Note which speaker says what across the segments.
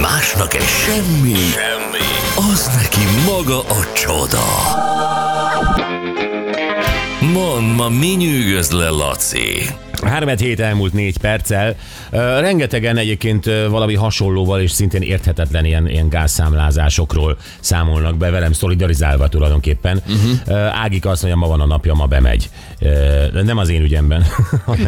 Speaker 1: másnak egy semmi, semmi, az neki maga a csoda. Mond, ma mi nyűgöz le, Laci?
Speaker 2: 3 hét elmúlt négy perccel. Ö, Rengetegen egyébként ö, valami hasonlóval és szintén érthetetlen ilyen, ilyen gázszámlázásokról számolnak be, velem szolidarizálva tulajdonképpen. Uh-huh. Ágika azt mondja, ma van a napja, ma bemegy. Ö, de Nem az én ügyemben.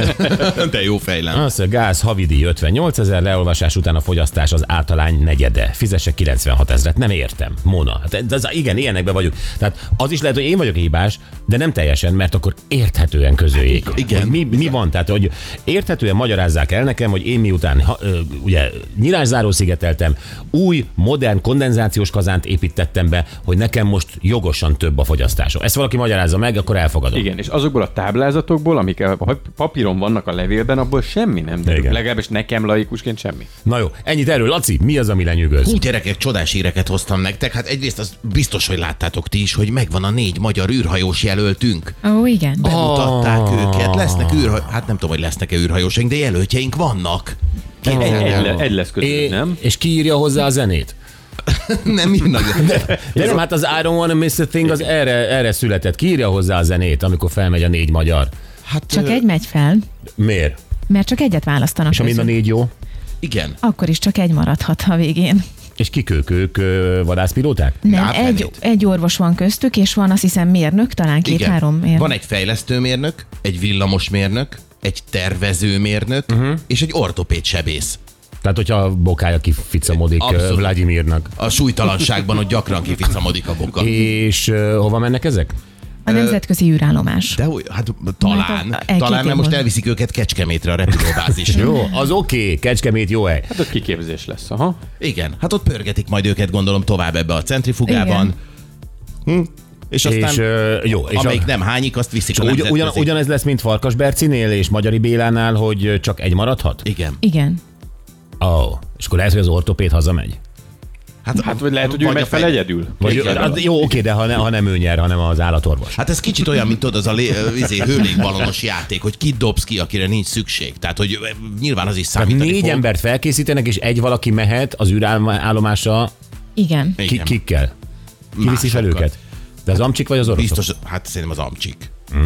Speaker 3: De jó fejlem.
Speaker 2: Azt mondja, gáz, havidi 58 ezer, leolvasás után a fogyasztás az általány negyede. Fizessek 96 ezeret, nem értem. Mona, hát ez, ez, igen, ilyenekben vagyunk. Tehát az is lehet, hogy én vagyok hibás, de nem teljesen, mert akkor érthetően közöljék.
Speaker 3: igen.
Speaker 2: Hogy mi, mi van? Tehát, hogy érthetően magyarázzák el nekem, hogy én miután ha, ö, ugye nyilászáró szigeteltem, új, modern kondenzációs kazánt építettem be, hogy nekem most jogosan több a fogyasztásom. Ezt valaki magyarázza meg, akkor elfogadom.
Speaker 4: Igen, és azokból a táblázatokból, amik a pap- papíron vannak a levélben, abból semmi nem derül.
Speaker 2: Igen.
Speaker 4: Legalábbis nekem laikusként semmi.
Speaker 2: Na jó, ennyit erről. Laci, mi az, ami lenyűgöz?
Speaker 3: Hú, gyerekek, csodás híreket hoztam nektek. Hát egyrészt az biztos, hogy láttátok ti is, hogy megvan a négy magyar űrhajós jelöltünk.
Speaker 5: Ó, igen.
Speaker 3: Bemutatták őket, lesznek űrhajósok. Hát nem tudom, hogy lesznek-e űrhajósaink, de jelöltjeink vannak.
Speaker 4: Egy, egy, le- egy lesz közül,
Speaker 2: É,
Speaker 4: nem?
Speaker 2: És ki írja hozzá a zenét?
Speaker 3: Nem írnak.
Speaker 2: De nem, hát az I don't wanna miss a thing az erre, erre született. Ki írja hozzá a zenét, amikor felmegy a négy magyar?
Speaker 3: Hát
Speaker 5: Csak
Speaker 3: ö,
Speaker 5: egy megy fel,
Speaker 2: Miért?
Speaker 5: mert csak egyet választanak.
Speaker 2: És amin a
Speaker 5: közül.
Speaker 2: négy jó?
Speaker 3: Igen.
Speaker 5: Akkor is csak egy maradhat a végén.
Speaker 2: És kik ők? Ők ö, vadászpilóták?
Speaker 5: Nem,
Speaker 3: Ápfelét.
Speaker 5: egy, egy orvos van köztük, és van azt hiszem mérnök, talán két-három mérnök.
Speaker 3: Van egy fejlesztőmérnök, egy villamosmérnök, egy tervezőmérnök uh-huh. és egy ortopéd sebész.
Speaker 2: Tehát, hogyha a bokája kificamodik ö,
Speaker 3: Abszolút.
Speaker 2: Vladimirnak.
Speaker 3: A súlytalanságban ott gyakran kificamodik a boka.
Speaker 2: És ö, hova mennek ezek?
Speaker 5: A nemzetközi űrállomás.
Speaker 3: De hogy- hát talán,
Speaker 5: Majd a- egy-két
Speaker 3: talán
Speaker 5: év
Speaker 3: mert most
Speaker 5: múlva.
Speaker 3: elviszik őket Kecskemétre a repülőbázisra.
Speaker 2: Jó, az oké, okay. kecskemét jó hely.
Speaker 4: Hát ott kiképzés lesz, aha.
Speaker 3: Igen, hát ott pörgetik majd őket gondolom tovább ebbe a centrifugában.
Speaker 5: Igen.
Speaker 3: És aztán,
Speaker 2: És ö, jó, és
Speaker 3: amelyik
Speaker 2: a,
Speaker 3: nem hányik, azt viszik a
Speaker 2: ugyan,
Speaker 3: nemzetközi.
Speaker 2: ugyan, ugyanez lesz, mint Farkas Bercinél és Magyari Bélánál, hogy ö, csak egy maradhat?
Speaker 3: Igen.
Speaker 5: Igen.
Speaker 2: Ó, oh. és akkor lehet, hogy az ortopéd hazamegy.
Speaker 3: Hát,
Speaker 4: Hát vagy lehet, hogy ő
Speaker 3: vagy a
Speaker 4: megy fel
Speaker 3: fej-
Speaker 4: egyedül.
Speaker 2: Vagy,
Speaker 4: Képzeld el.
Speaker 2: hát, jó, oké, de ha, ne, ha nem ő nyer, hanem az állatorvos.
Speaker 3: Hát ez kicsit olyan, mint tudod, az a lé, ö, izé, hőlégbalonos játék, hogy ki dobsz ki, akire nincs szükség. Tehát, hogy ö, nyilván az is számítani
Speaker 2: Hát Négy
Speaker 3: fog.
Speaker 2: embert felkészítenek, és egy valaki mehet az űrállomásra,
Speaker 5: Igen.
Speaker 2: ki,
Speaker 3: Igen.
Speaker 2: kikkel? Ki viszi fel
Speaker 3: Másokkal.
Speaker 2: őket? De az amcsik vagy az oroszok?
Speaker 3: Biztos, hát szerintem az amcsik.
Speaker 4: És
Speaker 2: Hm.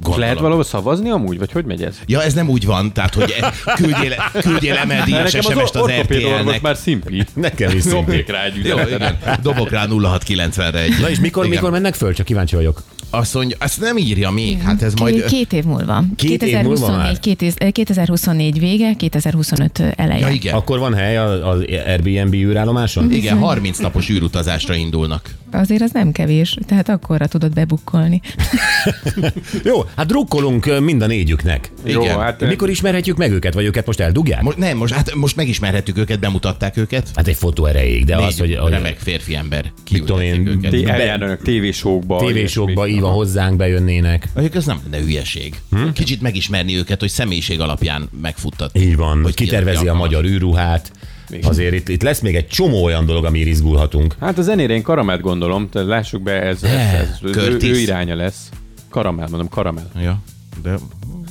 Speaker 3: Gondolom.
Speaker 4: lehet valahol szavazni amúgy, vagy hogy megy ez?
Speaker 3: Ja, ez nem úgy van, tehát, hogy e- küldjél, küldjél emeldíjas SMS-t az
Speaker 4: ortopéd orvos
Speaker 3: RTL-nek.
Speaker 4: már szimpi.
Speaker 2: Nekem is
Speaker 4: Dobnék
Speaker 2: szintén.
Speaker 4: rá egy
Speaker 3: Jó,
Speaker 4: ügyet.
Speaker 3: igen. Dobok rá 0690-re egy.
Speaker 2: Na és mikor,
Speaker 3: Igen.
Speaker 2: mikor mennek föl? Csak kíváncsi vagyok.
Speaker 3: Azt mondja, azt nem írja még, hát ez
Speaker 5: Majd,
Speaker 3: majd...
Speaker 5: két év múlva.
Speaker 2: Két év múlva már?
Speaker 5: 2024, 2024 vége, 2025 eleje.
Speaker 3: Ja, igen.
Speaker 2: Akkor van hely az, az Airbnb űrállomáson?
Speaker 3: Igen, 30 napos űrutazásra indulnak.
Speaker 5: Azért az nem kevés, tehát akkorra tudod bebukkolni.
Speaker 2: Jó, hát drukkolunk ö, mind a négyüknek.
Speaker 4: Jó,
Speaker 3: Igen.
Speaker 4: hát
Speaker 2: Mikor ismerhetjük meg őket, vagy őket most eldugják?
Speaker 3: Most, nem, most, hát most megismerhettük őket, bemutatták őket.
Speaker 2: Hát egy fotó erejéig, de
Speaker 3: Négy
Speaker 2: az, hogy hogy
Speaker 3: remek férfi ember.
Speaker 2: tudom én,
Speaker 3: Kiültették őket.
Speaker 4: ti
Speaker 2: be-
Speaker 4: eljárnak tévésókba.
Speaker 2: tévésokba
Speaker 4: ilyesmi.
Speaker 2: így van hozzánk bejönnének.
Speaker 3: Mondjuk ez nem lenne hülyeség. Hm? Kicsit megismerni őket, hogy személyiség alapján megfuttatni.
Speaker 2: Így van, hogy kitervezi a
Speaker 3: alkalmas.
Speaker 2: magyar űrruhát. Azért itt, itt lesz még egy csomó olyan dolog, amire izgulhatunk.
Speaker 4: Hát a zenére én karamelt gondolom, tehát lássuk be, ez, ez, ez, ez ő,
Speaker 3: Curtis.
Speaker 4: ő, iránya lesz. Karamell, mondom, karamell.
Speaker 3: Ja, de...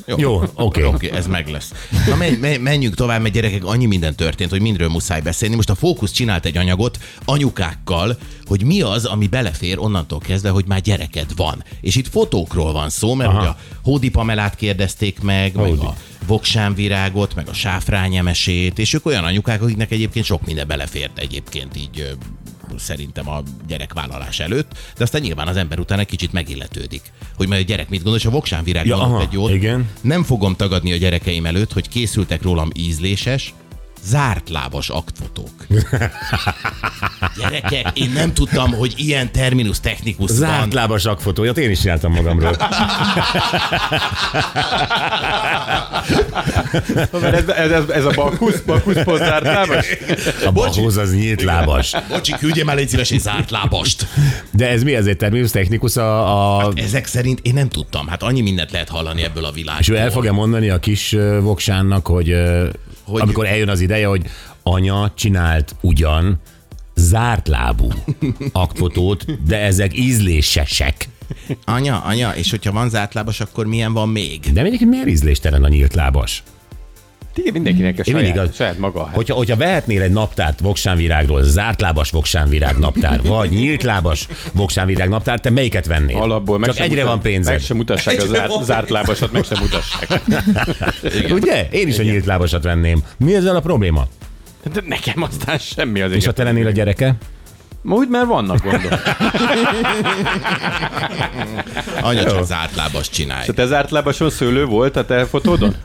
Speaker 3: Jó,
Speaker 2: Jó, oké.
Speaker 3: Oké, ez meg lesz. Na menj, menj, menjünk tovább, mert gyerekek, annyi minden történt, hogy mindről muszáj beszélni. Most a Fókusz csinált egy anyagot anyukákkal, hogy mi az, ami belefér onnantól kezdve, hogy már gyereked van. És itt fotókról van szó, mert ugye a Hódi Pamelát kérdezték meg, meg
Speaker 2: Hódi.
Speaker 3: a Voksámvirágot, meg a Sáfrányemesét, és ők olyan anyukák, akiknek egyébként sok minden belefért egyébként így ö, szerintem a gyerekvállalás előtt, de aztán nyilván az ember utána egy kicsit megilletődik, hogy majd a gyerek mit gondol, és a voksánvirág
Speaker 2: Ja,
Speaker 3: ja, aha,
Speaker 2: aha,
Speaker 3: egy jót.
Speaker 2: igen.
Speaker 3: Nem fogom tagadni a gyerekeim előtt, hogy készültek rólam ízléses, zárt lábas aktfotók. Gyerekek, én nem tudtam, hogy ilyen terminus technikus
Speaker 2: Zárt
Speaker 3: van.
Speaker 2: lábas fotóját én is csináltam magamról.
Speaker 4: Ez, ez, ez, ez a bakusz, bakusz pozzártámas?
Speaker 2: A bahóz az nyílt lábas.
Speaker 3: Bocsi, küldjem el egy szíves egy zárt lábast.
Speaker 2: De ez mi? Ez egy terminus technikus a... a...
Speaker 3: Ezek szerint én nem tudtam. Hát annyi mindent lehet hallani ebből a világból.
Speaker 2: És ő el fogja mondani a kis ö, voksánnak, hogy, ö,
Speaker 3: Hogy-
Speaker 2: amikor eljön az ideje, hogy anya csinált ugyan zárt lábú akfotót, de ezek ízlésesek.
Speaker 3: Anya, anya, és hogyha van zárt lábas, akkor milyen van még?
Speaker 2: De egyébként miért ízléstelen a nyílt lábas?
Speaker 4: Ti mindenkinek a
Speaker 2: Én mindig
Speaker 4: saját,
Speaker 2: az-
Speaker 4: saját maga. a hely.
Speaker 2: Hogyha, hogyha vehetnél egy naptárt voksánvirágról, zártlábas voksánvirág naptár, vagy nyíltlábas voksánvirág naptár, te melyiket vennél?
Speaker 4: Alapból meg
Speaker 2: Csak
Speaker 4: sem
Speaker 2: egyre
Speaker 4: mutat-
Speaker 2: van
Speaker 4: Meg
Speaker 2: pénzed.
Speaker 4: sem mutassák a zárt, zárt lábasat, meg sem mutassák.
Speaker 2: Ugye? Én is a nyíltlábasat venném. Mi ezzel a probléma?
Speaker 4: De nekem aztán semmi az
Speaker 2: És ha te lennél a gyereke?
Speaker 4: Ma úgy már vannak gondok.
Speaker 3: Anya csak zárt lábas csinálj.
Speaker 4: Te, te zárt lábason szőlő volt a te fotódon?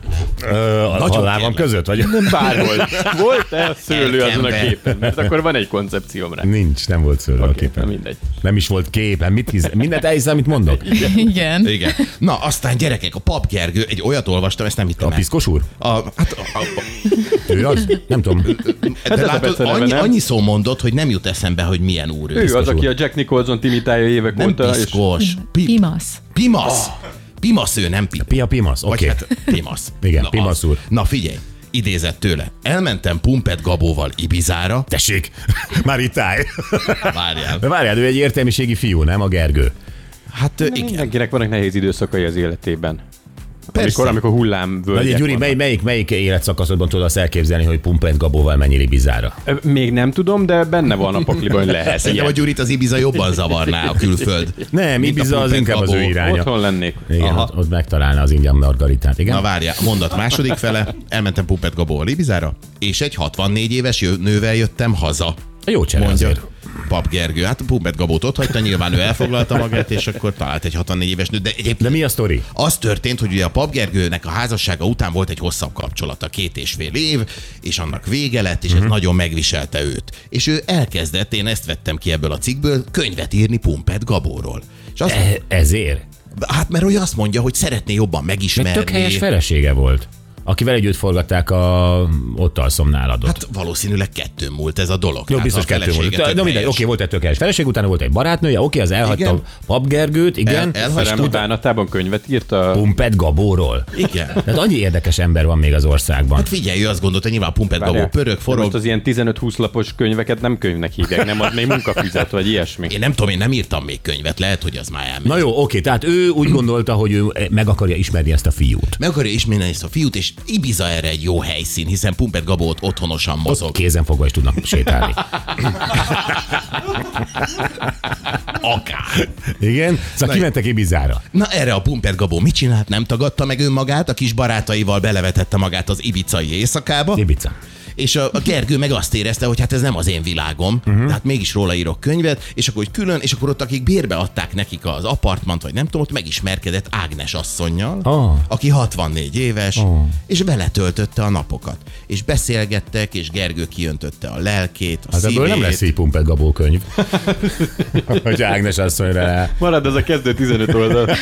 Speaker 2: Ö, a
Speaker 3: Nagyon
Speaker 2: a lábam
Speaker 3: kérlek.
Speaker 2: között? Vagy?
Speaker 4: Bárhol. Volt-e a szőlő azon a
Speaker 3: Elkembe.
Speaker 4: képen? Mert akkor van egy koncepcióm rá.
Speaker 2: Nincs, nem volt szőlő okay, a
Speaker 4: Na
Speaker 2: képen.
Speaker 4: mindegy.
Speaker 2: Nem is volt képen. Mit hisz, mindent elhiszem, amit mondok?
Speaker 5: Igen.
Speaker 3: Igen. Na, aztán gyerekek, a pap Gergő, egy olyat olvastam, ezt nem
Speaker 2: A
Speaker 3: hittem el.
Speaker 2: piszkos úr?
Speaker 3: A, hát, a, a,
Speaker 2: Ő az? Nem tudom.
Speaker 3: de
Speaker 4: ez a
Speaker 3: látod,
Speaker 4: beceneve,
Speaker 3: annyi,
Speaker 4: nem?
Speaker 3: annyi szó mondott, hogy nem jut eszembe, hogy milyen úr ő.
Speaker 4: Ő az,
Speaker 2: úr.
Speaker 4: aki a Jack Nicholson imitálja évek
Speaker 3: Nem
Speaker 4: óta. És
Speaker 3: piszkos. Pi-
Speaker 5: Pimasz.
Speaker 3: Pimasz.
Speaker 2: Ah.
Speaker 3: Pimasz ő, nem pi.
Speaker 2: Pia Pimasz,
Speaker 3: Vagy
Speaker 2: oké.
Speaker 3: hát Pimasz.
Speaker 2: Igen,
Speaker 3: Na,
Speaker 2: Pimasz
Speaker 3: az.
Speaker 2: úr.
Speaker 3: Na figyelj, idézett tőle. Elmentem Pumpet Gabóval Ibizára.
Speaker 2: Tessék, már itt állj.
Speaker 3: Várjál.
Speaker 2: De várjál, ő egy értelmiségi fiú, nem? A Gergő.
Speaker 3: Hát ö, igen,
Speaker 4: Mindenkinek vannak nehéz időszakai az életében. Amikor,
Speaker 3: persze.
Speaker 4: amikor hullám
Speaker 2: Na, ugye, Gyuri, mely, melyik, melyik életszakaszodban tudod azt elképzelni, hogy Pumpent Gabóval menjél bizára?
Speaker 4: Még nem tudom, de benne van a pakliban, hogy lehet
Speaker 3: Szerintem a
Speaker 4: ilyen.
Speaker 3: Gyurit az Ibiza jobban zavarná a külföld.
Speaker 2: Nem,
Speaker 3: Mint a
Speaker 2: Ibiza az
Speaker 3: Pumped
Speaker 2: inkább az ő
Speaker 3: Gabó.
Speaker 2: iránya.
Speaker 4: Otthon lennék.
Speaker 2: Igen,
Speaker 3: Aha.
Speaker 2: ott, ott megtalálna az ingyen margaritát. Igen?
Speaker 3: Na várjál, a mondat második fele, elmentem Pumpet Gabóval Ibizára, és egy 64 éves jö- nővel jöttem haza.
Speaker 2: Jó csere
Speaker 3: Mondja
Speaker 2: azért.
Speaker 3: Pap Gergő, hát Pumpet Gabót ott hagyta, nyilván ő elfoglalta magát, és akkor talált egy 64 éves nőt, de egyébként
Speaker 2: De mi a sztori?
Speaker 3: az történt, hogy ugye a Pap Gergőnek a házassága után volt egy hosszabb kapcsolata, két és fél év, és annak vége lett,
Speaker 2: Mhm.
Speaker 3: és ez nagyon megviselte őt. És ő elkezdett, én ezt vettem ki ebből a cikkből, könyvet írni Pumpet Gabóról. És azt,
Speaker 2: E- ezért?
Speaker 3: hát mert ő azt mondja, hogy szeretné jobban
Speaker 2: Mert
Speaker 3: megismerni.
Speaker 2: tök helyes felesége volt, akivel együtt forgatták a Ott alszom náladot. Hát,
Speaker 3: Hát valószínűleg kettőn múlt ez a dolog.
Speaker 2: jó,
Speaker 3: Tehát
Speaker 2: biztos
Speaker 3: a
Speaker 2: kettő
Speaker 3: felesége
Speaker 2: volt.
Speaker 3: tök
Speaker 2: Na mindegy,
Speaker 3: helyes.
Speaker 2: oké, volt egy tök helyes feleség, utána volt egy barátnője, oké, az elhagyta
Speaker 3: Igen.
Speaker 2: Pap Gergőt, igen.
Speaker 3: El- elhagyta.
Speaker 4: Szerem utánatában könyvet írt a...
Speaker 2: Pumpet Gabóról.
Speaker 3: Igen.
Speaker 2: Tehát annyi érdekes ember van még az országban.
Speaker 3: Hát figyelj, ő azt gondolta, nyilván Pumpet Gabó pörög, forog.
Speaker 4: Most az ilyen 15-20 lapos könyveket nem könyvnek hívják, nem ad még munkafüzet, vagy ilyesmi.
Speaker 3: Én nem tudom, én nem írtam még könyvet, lehet, hogy az már elmegy.
Speaker 2: Na jó, oké, tehát ő úgy gondolta, hogy ő meg akarja ismerni ezt a fiút.
Speaker 3: Meg akarja ismerni ezt a fiút, és Ibiza erre egy jó helyszín, hiszen Pumpet Gabó ott otthonosan mozog.
Speaker 2: Kézen fogva is tudnak sétálni.
Speaker 3: Akár.
Speaker 2: Igen? Szóval kimentek Ibizára.
Speaker 3: Na erre a Pumpet Gabó mit csinált? Nem tagadta meg önmagát, a kis barátaival belevetette magát az ibicai éjszakába.
Speaker 2: Ibiza.
Speaker 3: És a, a Gergő meg azt érezte, hogy hát ez nem az én világom,
Speaker 2: Mhm.
Speaker 3: uh-huh. tehát mégis róla írok könyvet, és akkor hogy külön, és akkor ott akik bérbe adták nekik az apartmant, vagy nem tudom, ott megismerkedett Ágnes asszonynal,
Speaker 2: Ah.
Speaker 3: aki 64 éves, oh. és vele töltötte a napokat. És beszélgettek, és Gergő kiöntötte a lelkét, a
Speaker 2: Az Hát ebből
Speaker 3: szívét.
Speaker 2: nem lesz így Pumpet Gabó könyv. hogy Ágnes asszonyra rá.
Speaker 4: Marad ez a kezdő 15 oldal.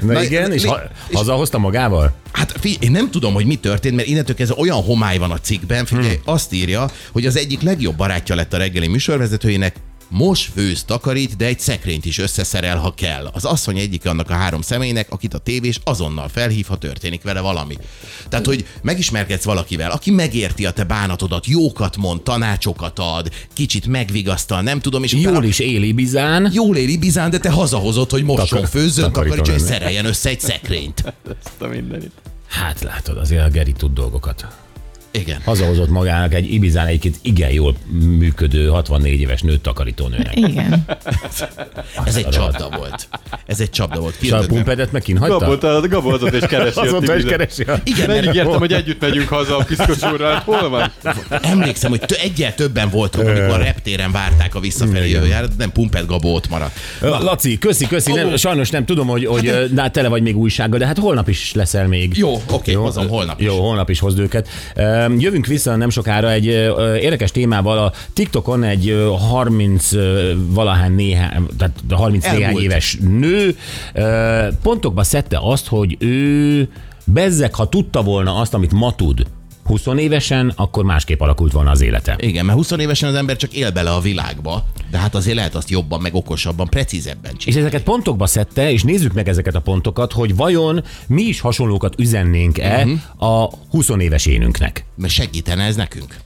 Speaker 2: Na,
Speaker 3: Na,
Speaker 2: igen, és,
Speaker 3: mi-
Speaker 2: ha,
Speaker 3: és-
Speaker 2: hazahozta magával?
Speaker 3: Hát fi, én nem tudom, hogy mi történt, mert innentől kezdve olyan homály van a cikkben, figyelj, hmm. azt írja, hogy az egyik legjobb barátja lett a reggeli műsorvezetőjének, most főz, takarít, de egy szekrényt is összeszerel, ha kell. Az asszony egyik annak a három személynek, akit a tévés azonnal felhív, ha történik vele valami. Tehát, hogy megismerkedsz valakivel, aki megérti a te bánatodat, jókat mond, tanácsokat ad, kicsit megvigasztal, nem tudom, és utána
Speaker 2: Jól is él Ibizán.
Speaker 3: jól él Ibizán, de te hazahozod, hogy mosson, főzzön,
Speaker 2: takarítom
Speaker 3: takarítson és
Speaker 2: ennek.
Speaker 3: szereljen össze egy szekrényt.
Speaker 4: Ezt a mindenit.
Speaker 2: Hát látod, azért a Geri tud dolgokat.
Speaker 3: Igen.
Speaker 2: Hazahozott magának egy Ibizán egyébként igen jól működő 64 éves nőt takarítónőnek.
Speaker 5: Igen.
Speaker 3: Ez egy csapda volt. Ez egy csapda volt.
Speaker 2: És a
Speaker 3: Kiadott meg.
Speaker 2: pumpedet meg kint hagyta?
Speaker 4: Gabolt, gabolt és keresi a
Speaker 2: Azóta is
Speaker 4: Tibizet.
Speaker 2: keresi. a-
Speaker 3: Igen,
Speaker 4: Nem
Speaker 3: mert
Speaker 4: ígértem, hogy együtt megyünk haza a piszkos úrral. Hát hol van?
Speaker 3: emlékszem, hogy tö- egyel többen voltunk, amikor a reptéren várták a visszafelé jöjjárat, nem Pumpet Gabó ott maradt.
Speaker 2: Ö, Laci, köszi, köszi. Nem, sajnos nem tudom, hogy, hogy ö, na, tele vagy még újsággal, de hát holnap is leszel még.
Speaker 3: Jó, oké, hozom holnap is.
Speaker 2: Jó, holnap is hozd őket. Ö, Jövünk vissza nem sokára egy ö, érdekes témával. A TikTokon egy ö, 30 ö, valahány néhány, tehát 30 néhány
Speaker 3: Elmúlt.
Speaker 2: éves nő ö, pontokba szedte azt, hogy ő bezzek, ha tudta volna azt, amit ma tud, 20 évesen, akkor másképp alakult volna az élete.
Speaker 3: Igen, mert 20 évesen az ember csak él bele a világba, de hát azért lehet azt jobban, meg okosabban, precízebben
Speaker 2: És
Speaker 3: csinálni.
Speaker 2: ezeket pontokba szedte, és nézzük meg ezeket a pontokat, hogy vajon mi is hasonlókat üzennénk-e a 20 éves énünknek.
Speaker 3: Mert segítene ez nekünk.